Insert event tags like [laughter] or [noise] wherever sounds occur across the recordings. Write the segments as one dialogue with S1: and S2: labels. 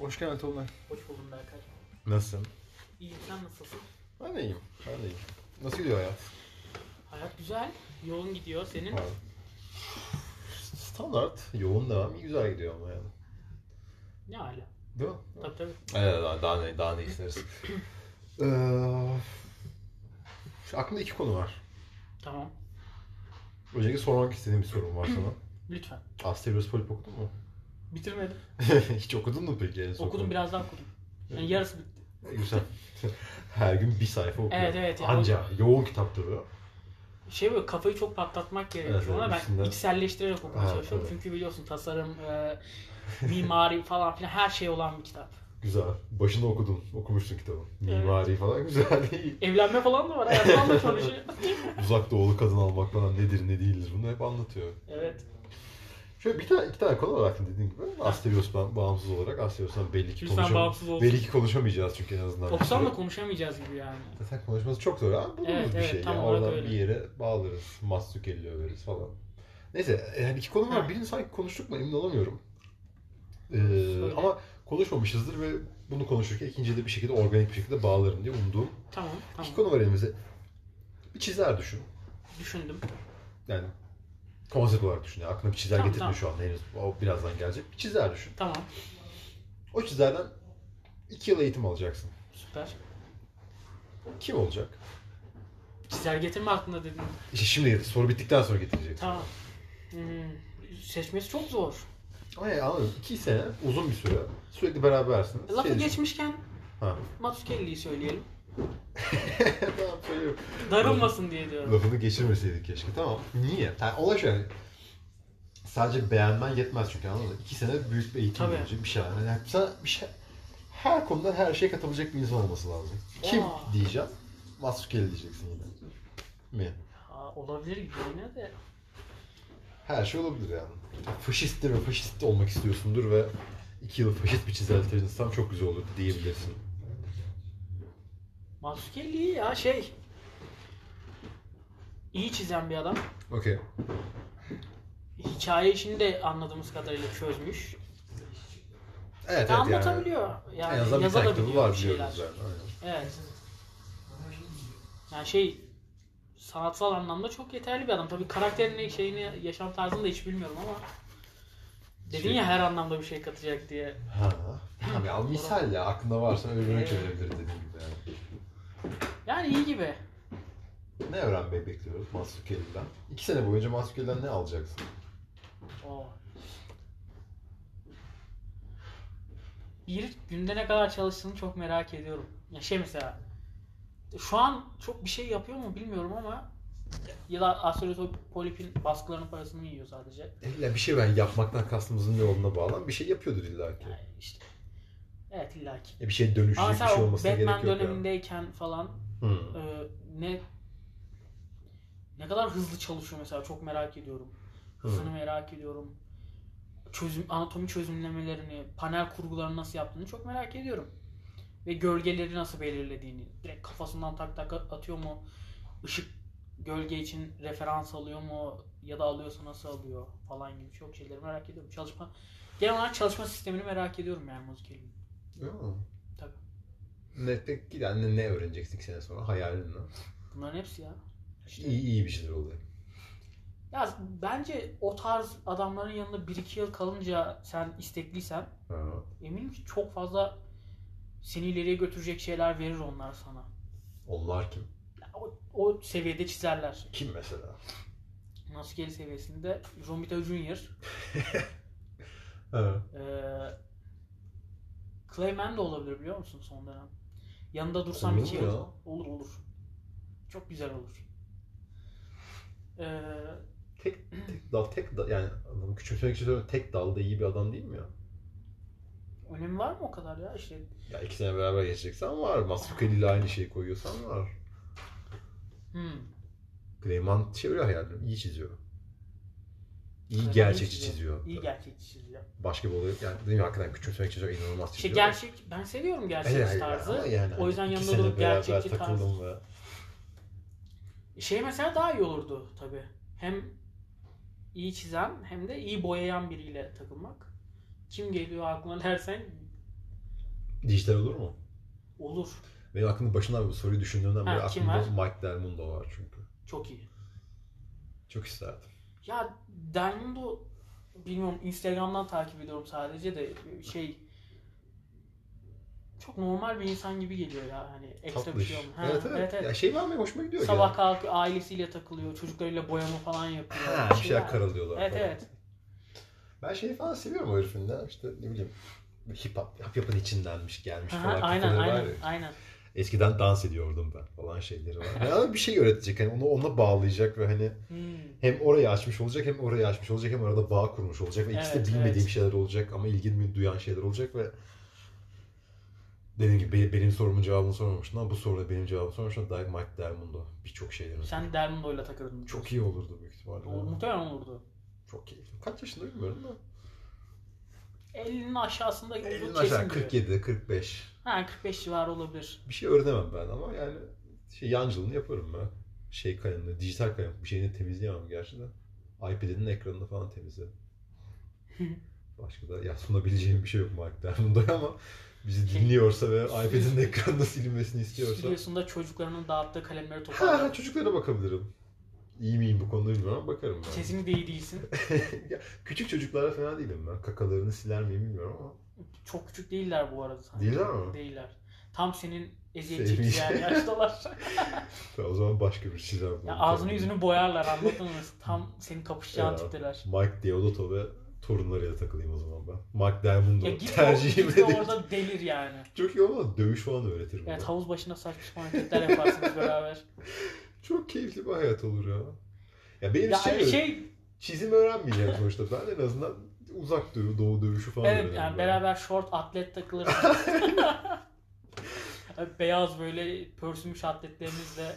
S1: Hoş geldin Tolunay.
S2: Hoş buldum Berkay.
S1: Nasılsın?
S2: İyiyim sen nasılsın?
S1: Ben de iyiyim. Ben de iyiyim. Nasıl gidiyor hayat?
S2: Hayat güzel. Yolun gidiyor senin.
S1: Abi, Standart. Yoğun devam. iyi, Güzel gidiyor ama yani.
S2: Ne hala?
S1: Değil mi?
S2: Tabii tabii.
S1: Evet, daha, daha ne, daha ne isteriz? [clears throat] ee, şu aklımda iki konu var.
S2: Tamam.
S1: Öncelikle sormak istediğim bir sorum var
S2: [clears throat]
S1: sana.
S2: Lütfen.
S1: Asterix Polip okudun mu? [laughs]
S2: Bitirmedim.
S1: Hiç okudun mu peki? en son?
S2: Okudum biraz daha okudum. Yani yarısı bitti.
S1: Güzel. [laughs] Her gün bir sayfa okuyor.
S2: Evet, evet, ya.
S1: Anca yoğun kitap duruyor.
S2: Şey böyle kafayı çok patlatmak gerekiyor
S1: Evet, evet,
S2: ona. Ben
S1: üstünden-
S2: içselleştirerek okumaya
S1: Ha,
S2: çalışıyorum.
S1: tabii.
S2: Çünkü biliyorsun tasarım,
S1: [laughs]
S2: e, mimari falan filan her şey olan bir kitap.
S1: Güzel. Başını okudun. Okumuştun kitabın. Mimari falan [laughs] güzel. iyi.
S2: Evlenme falan da var. Hayattan da çalışıyor.
S1: [laughs] Uzak doğulu kadın almak falan nedir ne değildir bunu hep anlatıyor.
S2: evet.
S1: Şöyle bir tane iki tane konu var aklımda dediğin gibi. Asterios'tan bağımsız olarak Asterios'tan belli ki
S2: Lütfen
S1: konuşamayacağız.
S2: bağımsız olsun.
S1: Belli ki konuşamayacağız çünkü en azından. bir
S2: Okusan da
S1: süre.
S2: konuşamayacağız gibi yani.
S1: Zaten konuşması çok zor ama buluruz
S2: Evet,
S1: bir
S2: evet,
S1: şey.
S2: tam
S1: ya.
S2: olarak
S1: Oradan
S2: öyle.
S1: bir yere bağlarız. Mazzukelli överiz falan. Neyse e, yani iki konu var.
S2: Ha.
S1: Birini sanki konuştuk mu emin olamıyorum. Ee,
S2: Söyle.
S1: ama konuşmamışızdır ve bunu konuşurken ikinciyi de bir şekilde organik bir şekilde bağlarım diye umduğum
S2: Tamam
S1: İki
S2: tamam.
S1: konu var elimizde. Bir çizer düşün.
S2: Düşündüm.
S1: Yani konsept olarak düşün. Yani aklına bir çizer
S2: Tamam,
S1: getirme
S2: tamam.
S1: şu an henüz. O birazdan gelecek. Bir çizer düşün.
S2: Tamam.
S1: O çizerden iki yıl eğitim alacaksın.
S2: Süper.
S1: Kim olacak?
S2: Çizer getirme aklında dedin.
S1: İşte şimdi getir. Soru bittikten sonra getireceksin.
S2: Tamam. Hmm, seçmesi çok zor.
S1: Ama yani anladın. İki sene uzun bir süre. Sürekli berabersiniz.
S2: Lafı
S1: Şey düşün.
S2: geçmişken
S1: Ha. [laughs]
S2: Mazzucchelli'yi söyleyelim.
S1: tamam söylüyorum.
S2: Darılmasın diye diyorum.
S1: Lafını geçirmeseydik keşke. Tamam. Niye? Yani olay şöyle. Sadece beğenmen yetmez çünkü anladın mı? İki sene büyük bir eğitim
S2: Tabii.
S1: verecek bir şey. var. Yani sen bir şey, her konuda her şeye katılabilecek bir insan olması lazım. Kim
S2: Aa.
S1: diyeceğim? Masukeli diyeceksin yine. Mi?
S2: Aa, olabilir gibi yine de.
S1: Her şey olabilir yani. Faşisttir ve faşist olmak istiyorsundur ve iki yıl faşist bir çizeltirsem çok güzel olur diyebilirsin.
S2: Mazzucchelli ya şey. İyi çizen bir adam.
S1: Okey.
S2: Hikaye işini de anladığımız kadarıyla çözmüş.
S1: Evet, evet yani.
S2: Anlatabiliyor. Yani,
S1: En azından bir tane kitabı
S2: yazabiliyor
S1: var
S2: bir şeyler.
S1: biliyoruz yani. Aynen.
S2: Evet. Yani şey sanatsal anlamda çok yeterli bir adam. Tabii karakterini, şeyini, yaşam tarzını da hiç bilmiyorum ama dedin
S1: Şey-
S2: ya her anlamda bir şey katacak diye.
S1: Ha. Tamam ya misal ya aklında varsa öğrenmek verebilir dediğim gibi yani.
S2: Yani iyi gibi.
S1: Ne öğrenmeyi bekliyoruz Masukeli'den? İki sene boyunca Masukeli'den ne alacaksın?
S2: Oo. Bir günde ne kadar çalıştığını çok merak ediyorum. Ya şey mesela şu an çok bir şey yapıyor mu bilmiyorum ama ya da Astrolotop Polip'in baskılarının parasını yiyor sadece.
S1: İlla bir şey ben yapmaktan kastımızın ne olduğuna bağlı. Bir şey yapıyordur illa ki.
S2: Yani işte. Evet illaki.
S1: E bir şey
S2: Ama
S1: dönüşecek bir
S2: sen
S1: şey
S2: o
S1: olmasına
S2: Batman
S1: gerek yok yani.
S2: dönemindeyken falan
S1: Hı.
S2: e, ne ne kadar hızlı çalışıyor mesela çok merak ediyorum. Hızını merak ediyorum. Çözüm anatomi çözümlemelerini, panel kurgularını nasıl yaptığını çok merak ediyorum. Ve gölgeleri nasıl belirlediğini, direkt kafasından tak tak atıyor mu? Işık gölge için referans alıyor mu ya da alıyorsa nasıl alıyor falan gibi çok şeyleri merak ediyorum. Çalışma genel olarak çalışma sistemini merak ediyorum yani müzikalin.
S1: Ya.
S2: Tabii.
S1: Ne, peki yani ne, ne öğreneceksin iki sene sonra? Hayalin ne?
S2: Bunların hepsi ya. İşte-
S1: İyi, iyi bir şeyler oluyor.
S2: Ya bence o tarz adamların yanında 1-2 yıl kalınca sen istekliysen
S1: Ha.
S2: eminim ki çok fazla seni ileriye götürecek şeyler verir onlar sana.
S1: Onlar kim?
S2: Ya O, o seviyede çizerler.
S1: Kim mesela?
S2: Maskeli seviyesinde Romita Junior,
S1: Ha.
S2: eee Clayman de olabilir biliyor musun son dönem? Yanında dursam
S1: Olur mu
S2: iki
S1: ya?
S2: yıl. Olur olur. Çok güzel olur. E, Eee
S1: Tek, tek dal, tek dal, yani adamı küçümsemek için söylüyorum. Tek dalda iyi bir adam değil mi ya?
S2: önemi var mı o kadar ya? İşte
S1: Ya iki sene beraber geçeceksen var. Masukeli ile aynı şeyi koyuyorsan var.
S2: hmm.
S1: Clayman çeviriyor hayalini. iyi çiziyor. İyi
S2: Clayman iyi
S1: gerçekçi
S2: çiziyor.
S1: çiziyor.
S2: iyi gerçekçi çiziyor.
S1: Başka bir olay yani değil mi? Hakikaten küçümsemek çiziyor. inanılmaz
S2: İşte
S1: çiziyor.
S2: gerçek, ben seviyorum gerçekçi
S1: Hayır, hayır,
S2: Şey, tarzı.
S1: ama yani hani
S2: o yüzden
S1: iki
S2: yanında
S1: sene
S2: durup
S1: beraber
S2: gerçekçi tarzı.
S1: takıldım ve-
S2: Şey mesela daha iyi olurdu tabi. Hem iyi çizen hem de iyi boyayan biriyle takılmak. Kim geliyor aklına dersen
S1: Dijital olur mu?
S2: Olur.
S1: Benim aklımın başından bu soruyu düşündüğümden beri
S2: Ha, kim
S1: aklımda Mike Del Mundo var çünkü.
S2: Çok iyi.
S1: Çok isterdim.
S2: Ya Delmundo bilmiyorum Instagram'dan takip ediyorum sadece de şey çok normal bir insan gibi geliyor ya hani ekstra bir
S1: Tatlış.
S2: şey olmuyor. Ha,
S1: evet, evet Ya şey var mı? Hoşuma gidiyor
S2: Sabah
S1: ya.
S2: kalkıyor ailesiyle takılıyor, çocuklarıyla boyama falan yapıyor.
S1: Ha, bir şeyler karalıyorlar
S2: Şey Evet
S1: falan.
S2: evet.
S1: Ben şeyi falan seviyorum o herifin de. İşte ne bileyim hip hop, hip hop'ın içindenmiş gelmiş
S2: Aha,
S1: falan.
S2: aynen
S1: kafaları var
S2: aynen
S1: ya.
S2: aynen.
S1: Eskiden dans ediyordum ben falan şeyleri var. Yani bir şey öğretecek hani onu ona bağlayacak ve hani
S2: Hmm.
S1: hem orayı açmış olacak hem orayı açmış olacak hem arada bağ kurmuş olacak ve ikisi
S2: Evet,
S1: de bilmediğim
S2: evet.
S1: şeyler olacak ama ilgimi duyan şeyler olacak ve dediğim gibi be- benim sorumun cevabını sormamıştın ama bu soruda benim cevabımı sormamıştın. Dair Mike Diamond'o birçok şeyden
S2: Sen Delmundo'yla takılırdın.
S1: çok iyi olurdu büyük ihtimalle.
S2: O muhtemelen olurdu.
S1: Çok keyifli. Kaç yaşında bilmiyorum da.
S2: 50'nin aşağısında olduğu
S1: 50'nin
S2: kesin
S1: aşağı
S2: diyor.
S1: 47, 45.
S2: Ha 45 civarı olabilir.
S1: Bir şey öğrenemem ben ama yani şey yancılığını yaparım ben. Şey kalemle, dijital kalem bir şeyini temizleyemem gerçi de. iPad'inin ekranını falan
S2: [laughs]
S1: temizlerim. Başka da ya sunabileceğim bir şey yok Mark Dermond'a [laughs] ama bizi dinliyorsa ve iPad'inin ekranını silinmesini istiyorsa.
S2: Stüdyosunda çocuklarının dağıttığı kalemleri
S1: Ha, ha, [laughs]
S2: toparlar.
S1: çocuklara bakabilirim. İyi miyim bu konuda bilmiyorum ama bakarım ben.
S2: Kesin de iyi değilsin.
S1: [laughs] Ya, küçük çocuklara fena değilim ben. Kakalarını siler miyim bilmiyorum ama.
S2: Çok küçük değiller bu arada. sanki.
S1: Değiller mi?
S2: Değiller. Tam senin eziyet
S1: Sevmiş.
S2: çekeceğin yaştalar.
S1: [laughs] O zaman başka bir çizer.
S2: ya ağzını yüzünü boyarlar anlatınız. Tam senin kapışacağın
S1: Ya.
S2: tipler.
S1: Mike Deodato ve torunlarıyla takılayım o zaman ben. Mark Diamond'u
S2: Ya git, o,
S1: tercihim
S2: git de
S1: edeyim.
S2: orada delir yani.
S1: [laughs] Çok iyi olmadı. Dövüş falan öğretirim
S2: Evet
S1: ona.
S2: havuz başında saçma sapan hareketler yaparsınız beraber.
S1: Çok keyifli bir hayat olur ya. Ya benim
S2: ya
S1: şey,
S2: şey
S1: çizim öğrenmeyeceğim sonuçta. Ben en azından uzak dövü, doğu dövüşü falan
S2: evet
S1: öğrenirim
S2: yani
S1: ben.
S2: beraber short atlet takılırsınız.
S1: [laughs]
S2: Beyaz böyle pörsümüş atletlerinizle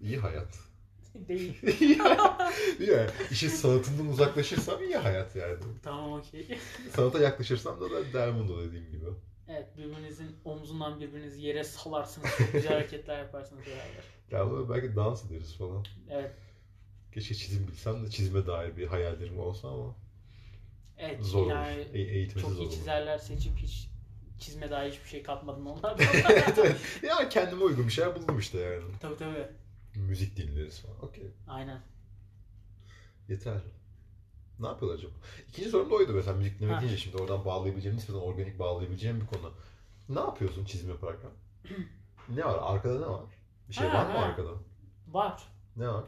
S1: İyi hayat. [laughs]
S2: değil.
S1: İyi hayat. yani işin sanatından uzaklaşırsam iyi hayat yani.
S2: Tamam okey.
S1: Sanata yaklaşırsam da ben Dermundo dediğim gibi.
S2: Evet birbirinizin omzundan birbirinizi yere salarsınız. Çok güzel hareketler yaparsınız beraber.
S1: Dermundo belki dans ederiz falan.
S2: Evet.
S1: Keşke çizim bilsem de çizime dair bir hayallerim olsa ama
S2: Evet.
S1: zor olur.
S2: yani
S1: E- eğitmesi
S2: çok
S1: zor
S2: iyi
S1: olur.
S2: çizerler seçip hiç çizme daha hiçbir şey katmadım
S1: [laughs]
S2: onlar.
S1: evet, evet. Ya kendime uygun bir şeyler buldum işte yani.
S2: tabii tabii.
S1: Müzik dinleriz falan. Okey.
S2: Aynen.
S1: Yeter. Ne yapıyorlar acaba? İkinci sorum da oydu mesela müzik dinlemek
S2: Ha.
S1: deyince şimdi oradan bağlayabileceğim, nispeten organik bağlayabileceğim bir konu. Ne yapıyorsun çizim yaparken? ne var? Arkada ne var? Bir şey
S2: Ha,
S1: var mı
S2: ha.
S1: arkada?
S2: Var.
S1: Ne var?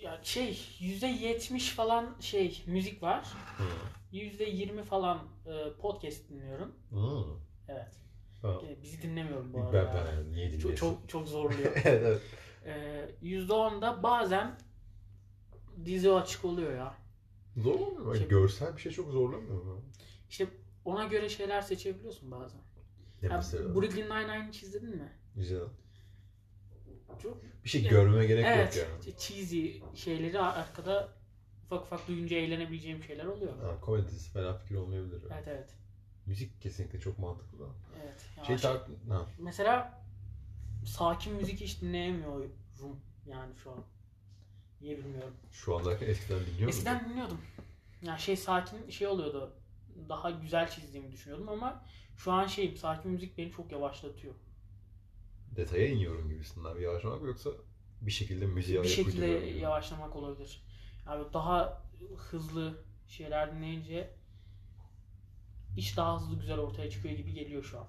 S2: Ya şey %70 falan şey müzik var.
S1: Hı.
S2: %20 falan e, podcast dinliyorum.
S1: Hı.
S2: Evet.
S1: Hmm. Ha.
S2: E, bizi dinlemiyorum bu
S1: Ben,
S2: arada.
S1: ben yani niye dinliyorsun?
S2: çok, çok, çok zorluyor.
S1: [laughs] evet, evet.
S2: e, %10 da bazen dizi açık oluyor ya.
S1: Zorlamıyor mu?
S2: Şey-
S1: Görsel bir şey çok zorlamıyor mu?
S2: İşte ona göre şeyler seçebiliyorsun bazen.
S1: Ne
S2: Ya,
S1: mesela?
S2: Brooklyn Nine-Nine hiç izledin mi?
S1: Güzel.
S2: Çok-
S1: Bir şey
S2: Ya-
S1: görmeme gerek
S2: evet.
S1: yok yani.
S2: Cheesy şeyleri ar- arkada ufak ufak duyunca eğlenebileceğim şeyler oluyor.
S1: Ha, komedi dizisi fena fikir olmayabilir.
S2: Evet evet.
S1: Müzik kesinlikle çok mantıklı da.
S2: Evet. Ya
S1: Şey
S2: aşağı-
S1: tak... Ha.
S2: Mesela sakin müzik hiç dinleyemiyorum yani şu an. Niye bilmiyorum.
S1: Şu anda eskiden dinliyor muydun?
S2: Eskiden dinliyordum. Yani şey sakin şey oluyordu. Daha güzel çizdiğimi düşünüyordum ama şu an şeyim sakin müzik beni çok yavaşlatıyor.
S1: Detaya iniyorum gibisinden bir yavaşlamak mı yoksa bir şekilde müziğe
S2: bir
S1: ayak
S2: şekilde
S1: uyduruyorum gibi.
S2: yavaşlamak olabilir. Yani daha hızlı şeyler dinleyince iş daha hızlı güzel ortaya çıkıyor gibi geliyor şu an.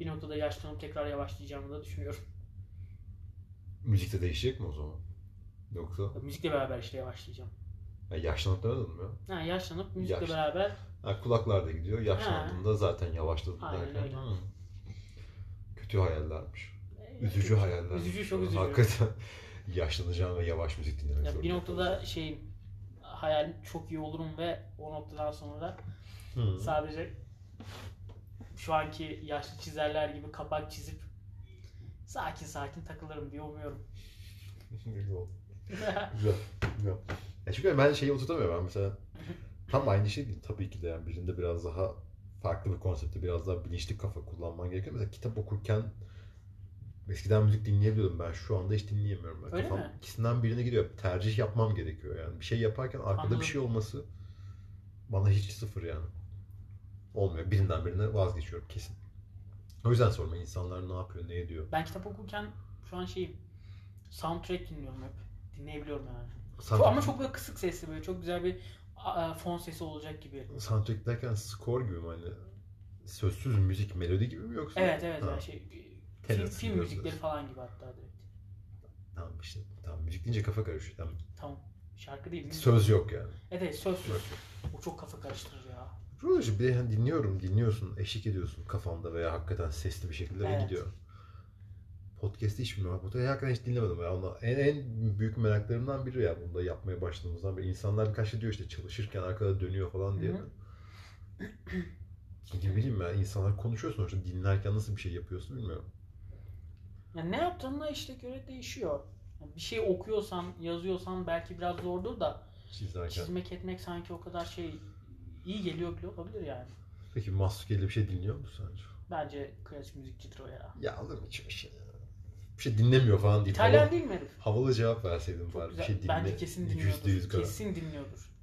S2: Bir noktada yaşlanıp tekrar yavaşlayacağımı da düşünüyorum.
S1: Müzikte değişecek mi o zaman? Yoksa
S2: Müzikle beraber işte yavaşlayacağım.
S1: ya yaşlanıp demedin mi? ya?
S2: Ha, yaşlanıp müzikle
S1: Yaş-
S2: beraber
S1: Ha, kulaklar da gidiyor. Yaşlandığında zaten yavaşladın
S2: Aynen
S1: derken.
S2: öyle.
S1: Hı. Kötü hayallermiş. Üzücü hayaller.
S2: e, Üzücü, çok üzücü.
S1: Hakikaten [laughs] yaşlanacağım ve yavaş müzik dinlemek
S2: Ya
S1: zorunda
S2: bir
S1: kalacağım.
S2: noktada şeyim hayalim çok iyi olurum ve o noktadan sonra da
S1: Hı.
S2: sadece şu anki yaşlı çizerler gibi kapak çizip sakin sakin takılırım diye
S1: [laughs]
S2: umuyorum.
S1: Güzel. Güzel. Güzel. Ya çünkü ben şeyi oturtamıyorum. Ben mesela tam aynı şey değil. Tabii ki de yani birinde biraz daha farklı bir konsepte biraz daha bilinçli kafa kullanman gerekiyor. Mesela kitap okurken eskiden müzik dinleyebiliyordum ben. Şu anda hiç dinleyemiyorum. Ben
S2: Öyle
S1: Kafam
S2: mi?
S1: ikisinden birine gidiyor. Tercih yapmam gerekiyor yani. Bir şey yaparken arkada
S2: Anladım.
S1: bir şey olması bana hiç sıfır yani. Olmuyor. Birinden birine vazgeçiyorum kesin. O yüzden sorma insanlar ne yapıyor, ne ediyor.
S2: Ben kitap okurken şu an şeyim. Soundtrack dinliyorum hep. Dinleyebiliyorum yani.
S1: Soundtrack-
S2: Ama çok böyle kısık sesli böyle. Çok güzel bir a- a, fon sesi olacak gibi.
S1: Soundtrack derken score gibi mi? Hani sözsüz müzik, melodi gibi mi yoksa?
S2: Evet evet
S1: Ha,
S2: yani şey. Film,
S1: Tenet'i
S2: film
S1: biliyoruz
S2: müzikleri
S1: zaten.
S2: falan gibi hatta direkt.
S1: Tamam işte. Tamam müzik deyince kafa karışıyor. Tamam.
S2: Tamam. Şarkı değil. Müzik.
S1: Söz yok yani.
S2: Evet evet söz
S1: Yok.
S2: söz. O çok kafa karıştırır ya.
S1: Roloji bir de hani dinliyorum, dinliyorsun, eşlik ediyorsun kafanda veya hakikaten sesli bir şekilde
S2: Evet.
S1: ve gidiyor. Podcast'i hiç bilmiyorum. Podcast'i hakikaten hiç dinlemedim. Ya. Ona en, en büyük meraklarımdan biri ya. Bunu da yapmaya başladığımızdan beri. İnsanlar birkaç şey diyor işte çalışırken arkada dönüyor falan diye.
S2: Hı
S1: Ne bileyim ben insanlar konuşuyor sonuçta dinlerken nasıl bir şey yapıyorsun bilmiyorum.
S2: Yani ne yaptığınla işte göre değişiyor. Yani bir şey okuyorsan, yazıyorsan belki biraz zordur da
S1: Çizerken.
S2: çizmek etmek sanki o kadar şey iyi geliyor bile olabilir yani.
S1: Peki Masukeli bir şey dinliyor musun sence?
S2: Bence klasik müzikçidir o ya.
S1: Ya alır mı hiç bir şey? ya? Bir şey dinlemiyor falan deyip
S2: İtalyan
S1: havalı,
S2: değil mi herif?
S1: havalı cevap verseydin
S2: Çok
S1: bari. Bir
S2: güzel.
S1: şey dinle.
S2: Bence kesin
S1: Yüzde yüz
S2: dinliyordur.
S1: kadar.
S2: Kesin dinliyordur.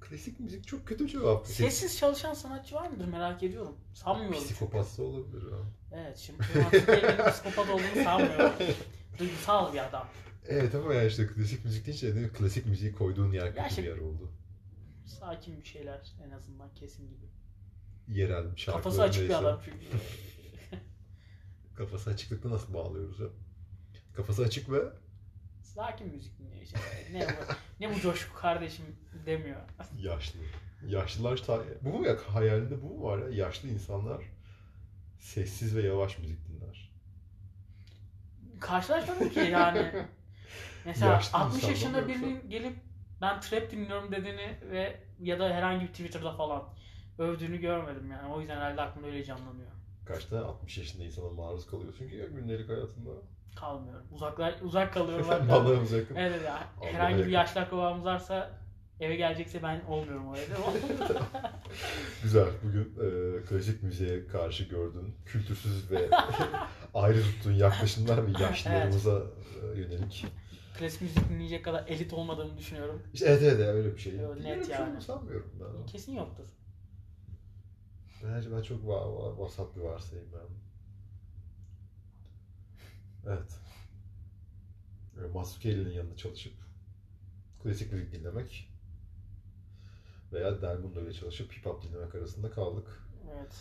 S1: Klasik müzik çok kötü cevap.
S2: Sessiz çalışan sanatçı var mıdır merak ediyorum. Sanmıyorum.
S1: Psikopatsa olabilir ha.
S2: Evet şimdi Martin psikopat olduğunu sanmıyorum. Duygusal bir adam.
S1: Evet ama ya işte klasik müzik deyince değil mi? klasik müziği koyduğun yer kötü
S2: şimdi-
S1: bir yer oldu.
S2: Sakin bir şeyler en azından kesin gibi.
S1: Yerel şarkılarında
S2: Kafası açık bir
S1: ise-
S2: adam çünkü.
S1: Kafası açıklıkla nasıl bağlıyoruz ya? Kafası açık ve
S2: Sakin müzik dinliyor işte. Ne bu, ne bu coşku kardeşim demiyor.
S1: yaşlı. Yaşlılar ta- bu mu ya hayalinde bu mu var ya? Yaşlı insanlar sessiz ve yavaş müzik dinler.
S2: Karşılaşmadım ki
S1: [laughs]
S2: yani. Mesela
S1: Yaşlı
S2: 60
S1: insan
S2: yaşında
S1: mı yoksa?
S2: birinin gelip ben trap dinliyorum dediğini ve ya da herhangi bir Twitter'da falan övdüğünü görmedim yani. O yüzden herhalde aklımda öyle canlanıyor.
S1: Kaç tane 60 yaşında insana maruz kalıyorsun ki ya gündelik hayatında.
S2: Kalmıyorum. Uzaklar, uzak
S1: [laughs]
S2: kalıyorum. hatta.
S1: Balığımız yakın.
S2: evet ya.
S1: Allah'a
S2: Herhangi bir
S1: yakın.
S2: yaşlı akrabamız varsa eve gelecekse ben olmuyorum orada.
S1: [laughs] Güzel. Bugün e, klasik müziğe karşı gördüğün
S2: [laughs]
S1: kültürsüz ve ayrı tuttuğun yaklaşımlar ve yaşlılarımıza e, yönelik.
S2: Klasik müzik dinleyecek kadar elit olmadığımı düşünüyorum.
S1: İşte evet evet öyle bir şey.
S2: Yo, net
S1: Dinliyorum şu an,
S2: yani.
S1: sanmıyorum ben.
S2: Kesin yoktur.
S1: Bence ben çok va- va- vasat bir varsayım ben. Evet. E, Masukeli'nin yanında çalışıp klasik müzik dinlemek veya Delmundo ile çalışıp hip hop dinlemek arasında kaldık.
S2: Evet.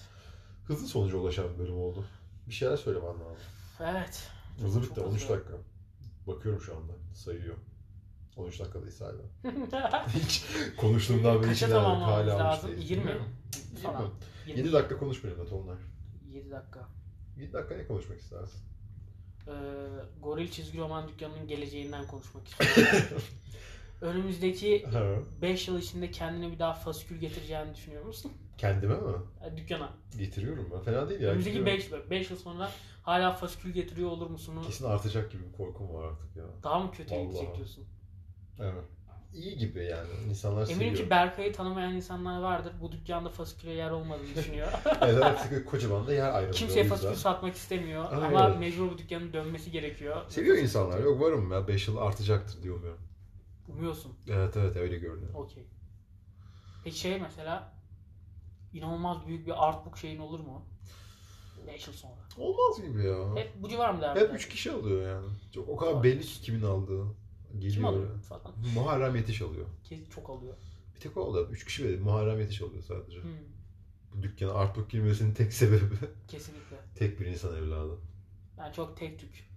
S1: Hızlı sonuca ulaşan bir bölüm oldu. Bir şeyler söylemen lazım.
S2: Evet. [laughs]
S1: Hızlı
S2: Çok
S1: bitti. 13
S2: hızlı.
S1: dakika. Bakıyorum şu anda. Sayıyor. 13 dakikadayız hala. [laughs] Hiç konuştuğumdan beri
S2: Kaça
S1: içinden
S2: tamamlamamız
S1: hala almış
S2: lazım?
S1: değiliz.
S2: 20
S1: Bilmiyorum.
S2: falan. 20.
S1: 20. 7 dakika konuş benimle Tonlar.
S2: 7 dakika.
S1: 7 dakika ne konuşmak istersin?
S2: Ee, goril çizgi roman dükkanının geleceğinden konuşmak istiyorum.
S1: [laughs]
S2: Önümüzdeki
S1: Ha.
S2: 5 yıl içinde kendine bir daha fasikül getireceğini düşünüyor musun?
S1: Kendime mi?
S2: Ha, Dükkana.
S1: Getiriyorum ben. Fena değil ya.
S2: Önümüzdeki
S1: getiriyorum.
S2: 5 yıl. 5 yıl sonra hala fasikül getiriyor olur musun?
S1: Kesin artacak gibi bir korkum var artık ya.
S2: Daha mı kötüye
S1: Vallahi.
S2: gidecek diyorsun?
S1: Evet. İyi gibi yani. İnsanlar
S2: Eminim
S1: seviyor.
S2: ki Berkay'ı tanımayan insanlar vardır. Bu dükkanda fasiküle yer olmadığını
S1: [laughs]
S2: düşünüyor.
S1: Evet artık kocaman da yer ayrılıyor.
S2: Kimseye
S1: O yüzden-
S2: fasikül satmak istemiyor.
S1: Aynen.
S2: Ama mecbur bu dükkanın dönmesi gerekiyor.
S1: Seviyor insanlar. Yok varım ya. 5 yıl artacaktır diye umuyorum.
S2: Umuyorsun.
S1: Evet evet öyle görünüyor.
S2: Okey. Peki şey mesela inanılmaz büyük bir artbook şeyin olur mu? 5 yıl sonra.
S1: Olmaz gibi ya.
S2: Hep bu civar mı derler?
S1: Hep 3 kişi alıyor yani. Çok o kadar belli ki kimin aldığı. Geliyor.
S2: Kim alıyor falan.
S1: Muharrem Yetiş alıyor.
S2: Ki çok alıyor.
S1: Bir tek o alıyor. 3 kişi veriyor. Muharrem Yetiş alıyor sadece.
S2: Hmm,
S1: Bu dükkana artbook girmesinin tek sebebi [laughs]
S2: kesinlikle.
S1: tek bir insan evladı.
S2: Ben çok tek tük.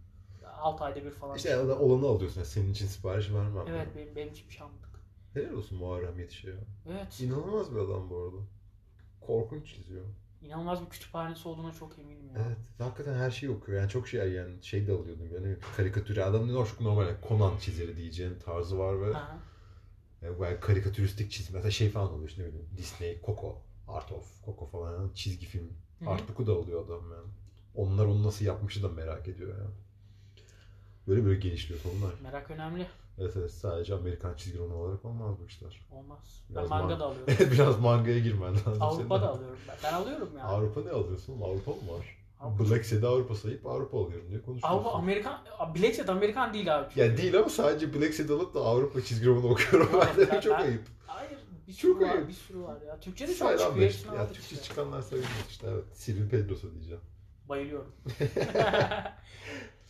S2: 6 ayda bir falan.
S1: İşte yani olanı alıyorsun. Yani senin için sipariş vermem.
S2: evet benim, benim için bir şey almadık.
S1: Helal olsun Muharrem Yetiş'e ya.
S2: Evet.
S1: İnanılmaz bir adam bu arada. Korkunç çiziyor.
S2: İnanılmaz bir kütüphanesi olduğuna çok eminim ya.
S1: Evet. Hakikaten her şeyi okuyor. Yani çok şey yani şey de alıyordum. Yani karikatüre adam ne çok normal. yani Conan çizeri diyeceğin tarzı var ve
S2: Aha.
S1: Yani bayağı karikatüristik çizim. Mesela şey falan oluyor işte ne bileyim Disney, Coco, Art of, Coco falan yani çizgi film.
S2: Hı hı.
S1: Art Book'u da alıyor adam yani. Onlar onu nasıl yapmışı da merak ediyor yani. Böyle böyle genişliyor onlar.
S2: Merak önemli.
S1: Evet, evet sadece Amerikan çizgi roman olarak olmaz bu işler.
S2: Olmaz. Ben
S1: Biraz
S2: manga
S1: man-
S2: da
S1: [laughs]
S2: alıyorum.
S1: Biraz mangaya girmen lazım.
S2: Avrupa'da
S1: senin.
S2: alıyorum ben. Ben alıyorum yani.
S1: Avrupa ne alıyorsun? oğlum? Avrupa mı var?
S2: Avrupa,
S1: Black Sea'de Avrupa sayıp Avrupa alıyorum diye konuşuyorsun.
S2: Avrupa Amerikan, Blackset Amerikan değil abi.
S1: Yani değil ama sadece Black Sea'de alıp da Avrupa çizgi romanı okuyorum.
S2: Evet,
S1: ben de
S2: ben-
S1: çok
S2: ben-
S1: ayıp.
S2: Hayır, bir Bir
S1: Çok
S2: sürü var.
S1: iyi.
S2: Bir sürü var ya. Türkçe de çok
S1: Sayran
S2: çıkıyor.
S1: da
S2: Hepsini
S1: işte. Ya
S2: aldık
S1: Türkçe
S2: işte.
S1: çıkanlar sayılmaz işte. Evet. Silvio Pedrosa diyeceğim. [laughs]
S2: Bayılıyorum. [laughs]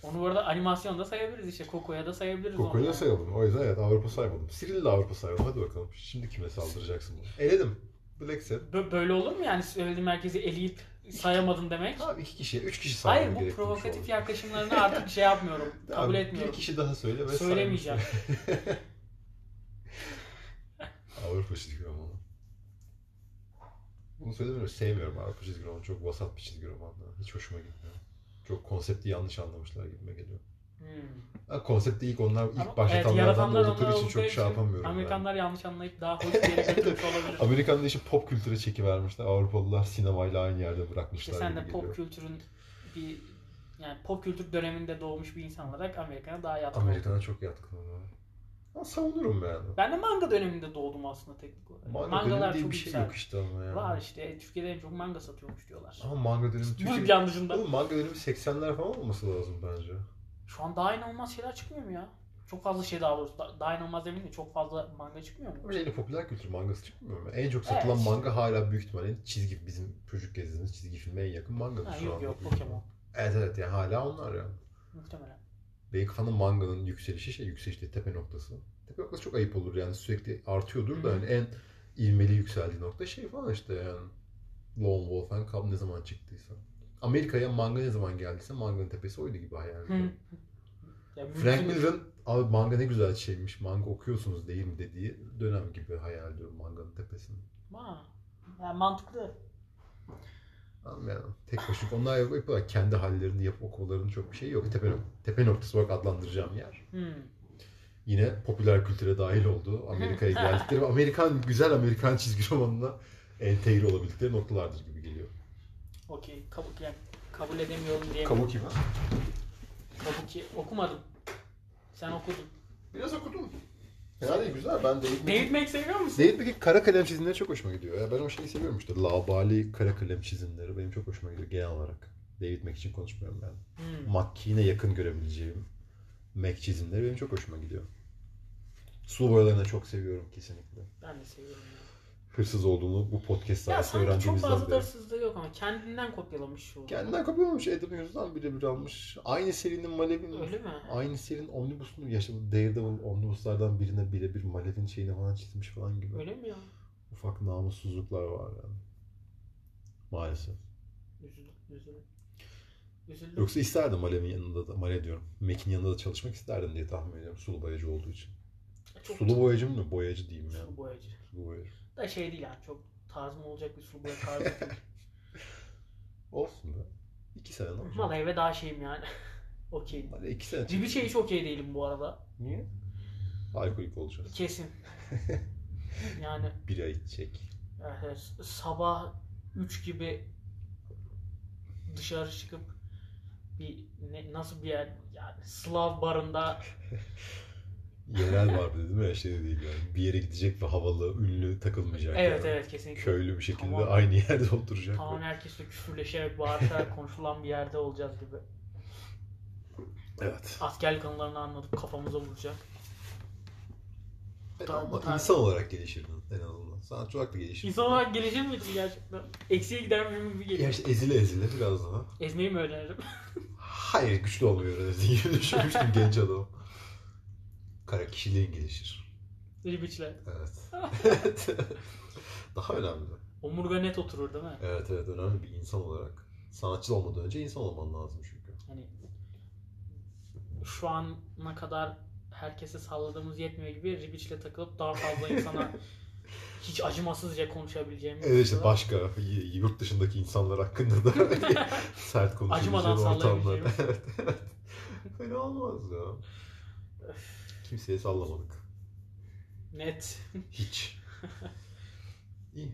S2: onu bu arada animasyon da sayabiliriz işte. Coco'ya da sayabiliriz
S1: Kokoyu da
S2: yani.
S1: sayalım. O yüzden evet Avrupa saymadım. Cyril de Avrupa sayalım. Hadi bakalım. Şimdi kime saldıracaksın bunu? Eledim. Black Set.
S2: Bö- Böyle olur mu yani söylediğim herkesi eleyip sayamadın demek?
S1: Abi iki kişiye, üç kişi sayalım.
S2: Hayır bu provokatif yaklaşımlarını artık şey
S1: [laughs]
S2: yapmıyorum. Kabul etmiyorum.
S1: şey Bir kişi daha söyle ve
S2: Söylemeyeceğim.
S1: şey. saymış. Avrupa çizgi romanı. Bunu söylemiyorum. Sevmiyorum Avrupa çizgi romanı. Çok vasat bir çizgi roman. Hiç hoşuma gitmiyor. Çok konsepti yanlış anlamışlar gibime geliyor.
S2: Hmm.
S1: Ha, konsepti ilk onlar ilk
S2: Ama evet,
S1: başlatanlardan
S2: yaratanlar
S1: da oldukları
S2: onlar
S1: için çok
S2: oldukları
S1: şey yapamıyorum. ben.
S2: Amerikanlar yanlış anlayıp daha hoş bir yere
S1: [laughs]
S2: götürmüş olabilir.
S1: Amerikan'da işi pop kültüre çekivermişler. Avrupalılar sinemayla aynı yerde
S2: İşte
S1: bırakmışlar
S2: sen
S1: gibi
S2: de pop
S1: geliyor.
S2: kültürün bir yani pop kültür döneminde doğmuş bir insan olarak Amerika'ya daha yatkın. oldun.
S1: Amerikan'a çok yatkın ama. Ama savunurum yani.
S2: Ben de manga döneminde doğdum aslında teknik olarak.
S1: Manga
S2: Mangalar
S1: dönemi diye
S2: çok
S1: bir şey
S2: yükseldi.
S1: yok işte ama yani.
S2: Var işte e, Türkiye'de en çok manga satıyormuş diyorlar.
S1: Ama manga dönemi
S2: Bu
S1: Türkiye'de...
S2: yanlışında.
S1: Oğlum manga dönemi 80'ler falan olması lazım bence.
S2: Şu an daha inanılmaz şeyler çıkmıyor mu ya? Çok fazla şey daha doğrusu. da- Daha inanılmaz demeyeyim de çok fazla manga çıkmıyor mu?
S1: Ama şeyde popüler kültür mangası çıkmıyor mu? En çok satılan
S2: Evet.
S1: manga hala büyük ihtimalle çizgi bizim çocuk gezdiğimiz çizgi filme en yakın manga
S2: Ha,
S1: şu
S2: yok
S1: anda.
S2: yok Pokemon.
S1: Evet evet yani hala onlar yani.
S2: Muhtemelen.
S1: Belki falan manganın yükselişi şey yükseliş değil, tepe noktası. Tepe noktası çok ayıp olur yani sürekli artıyordur da
S2: Hı.
S1: yani en ilmeli yükseldiği nokta şey falan işte yani Lone Wolf and Cub ne zaman çıktıysa. Amerika'ya manga ne zaman geldiyse manganın tepesi oydu gibi hayal
S2: Hı.
S1: ediyorum.
S2: Hmm. Ya mümkün
S1: Frank
S2: değil.
S1: Miller'ın abi manga ne güzel şeymiş manga okuyorsunuz değil mi dediği dönem gibi hayal ediyorum manganın tepesini.
S2: Ha. Ya mantıklı.
S1: Anladın mı yani tek başına onlar yapıyorlar kendi hallerini yapıp okumalarının çok bir şey yok. Tepe, nok- tepe noktası olarak adlandıracağım yer.
S2: Hmm.
S1: yine popüler kültüre dahil oldu. Amerika'ya geldikleri ve Amerikan, güzel Amerikan çizgi romanına entegre olabildikleri noktalardır gibi geliyor.
S2: Okey. Kabul, yani kabul edemiyorum diye.
S1: Kabuki mi?
S2: Kabuki okumadım. Sen okudun.
S1: Biraz okudum. Fena değil, güzel. Ben David
S2: David
S1: Mickey...
S2: Mack seviyor musun?
S1: David Mickey kara kalem çizimleri çok hoşuma gidiyor. Ya ben o şeyi seviyorum işte. Labali kara kalem çizimleri benim çok hoşuma gidiyor genel olarak. David Mack için konuşmuyorum ben.
S2: Hmm.
S1: Mackey'ine yakın görebileceğim Mack çizimleri benim çok hoşuma gidiyor. Sulu boyalarını çok seviyorum kesinlikle.
S2: Ben de seviyorum. ya.
S1: Hırsız olduğunu bu podcast
S2: Ya
S1: sayesinde
S2: sanki çok
S1: öğrendiğimizden
S2: fazla
S1: beri.
S2: tarzsızlığı yok ama kendinden kopyalamış şu.
S1: Kendinden kopyalamış Adam Hughes bile bir almış. Aynı serinin Malevin
S2: Öyle mi?
S1: Aynı serinin omnibusunu yaşadı. Daredevil omnibuslardan birine bile bir Malevin şeyini falan çizmiş falan gibi.
S2: Öyle mi ya?
S1: Ufak namussuzluklar var yani. Maalesef.
S2: Üzüldüm. Üzüldüm. Üzüldüm.
S1: Yoksa isterdim Malevin yanında da, Male diyorum. Mac'in yanında da çalışmak isterdim diye tahmin ediyorum. Sulu boyacı olduğu için.
S2: Çok
S1: Sulu boyacı mı? Boyacı diyeyim ya.
S2: sulu boyacı.
S1: Sulu boyacı.
S2: Da şey değil yani çok tarzım olacak bir sulu boya tarzı değil. [laughs]
S1: Olsun be. İki sene ne olacak?
S2: Vallahi eve daha şeyim yani. [laughs] okey.
S1: Hadi iki sene.
S2: Cibi şey hiç okey değilim bu arada.
S1: Niye? Alkolik olacağız. [laughs]
S2: Kesin. Yani
S1: Bira içecek.
S2: evet, sabah 3 gibi dışarı çıkıp bir ne, nasıl bir yer yani Slav barında
S1: Yerel var bir de değil mi? Şey de değil yani. Bir yere gidecek ve havalı, ünlü takılmayacak.
S2: evet
S1: yani.
S2: evet kesinlikle
S1: Köylü bir şekilde
S2: Tamam.
S1: aynı yerde oturacak.
S2: Tamam herkesle küfürleşerek bağırarak konuşulan bir yerde olacağız gibi.
S1: Evet.
S2: Askerlik anılarını anlatıp kafamıza vuracak. Tamam,
S1: Ama
S2: tamam.
S1: insan olarak gelişirdin en azından. Sanatçı olarak da gelişirdin.
S2: İnsan olarak gelişir miydin gerçekten? Eksiye gider miyim gibi
S1: Ya
S2: geliyor.
S1: işte ezile ezile biraz daha.
S2: Ezmeyi mi [laughs] öğrenirim?
S1: Hayır güçlü olmuyor [laughs] öğrenirsin gibi düşünmüştüm genç adam. Kara kişiliğin gelişir.
S2: Ribiçle.
S1: Evet. [laughs] daha önemli.
S2: Omurga net oturur değil mi?
S1: Evet evet önemli bir insan olarak. Sanatçı olmadan önce insan olman lazım çünkü.
S2: Hani şu ana kadar herkese salladığımız yetmiyor gibi Ribiç'le takılıp daha fazla insana
S1: [laughs]
S2: hiç acımasızca konuşabileceğimiz
S1: Evet işte
S2: kadar
S1: başka y- yurt dışındaki insanlar hakkında da [laughs] sert
S2: Acımadan
S1: konuşabileceğin ortamlar.
S2: sallayabileceğimiz.
S1: [laughs] Evet evet. Fena olmaz ya. Kimseye sallamadık.
S2: net.
S1: Hiç. İyi.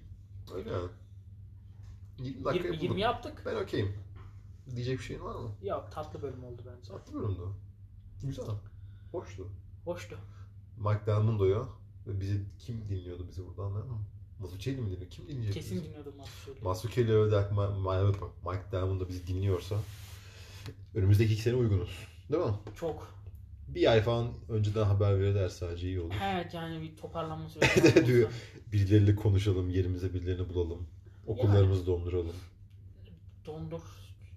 S1: Öyle yani. 20 dakikayı
S2: 20,
S1: bulduk.
S2: 20 yaptık.
S1: Ben okeyim. Diyecek bir şeyin var mı?
S2: Yok tatlı bölüm oldu bence.
S1: Tatlı bölümdü. Güzel. Hoştu.
S2: Hoştu.
S1: Mike Diamondo'ya ve bizi kim dinliyordu bizi buradan değil mi? Mazzucchelli mi dinliyor? Kim dinleyecek
S2: Kesin
S1: bizi?
S2: dinliyordum Mahsus'u.
S1: Mazzucchelli ve Dark Ma- Ma- Mike Diamond da bizi dinliyorsa önümüzdeki iki sene uygunuz. Değil mi?
S2: Çok.
S1: bir ay falan önceden haber verirler sadece iyi olur.
S2: Evet yani bir toparlanma
S1: [laughs] Evet,
S2: süreci.
S1: diyor.
S2: olsa.
S1: Birileriyle konuşalım, yerimize birilerini bulalım. Okullarımızı donduralım. [laughs]
S2: Dondur.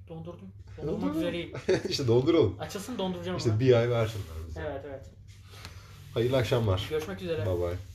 S2: Dondurdum.
S1: Dondurdun
S2: Dondurmak
S1: mu?
S2: üzereyim.
S1: işte donduralım.
S2: Açılsın donduracağım
S1: İşte
S2: ama.
S1: bir ay versinler bize.
S2: Evet evet.
S1: Hayırlı akşamlar.
S2: Görüşmek üzere.
S1: Bye bye.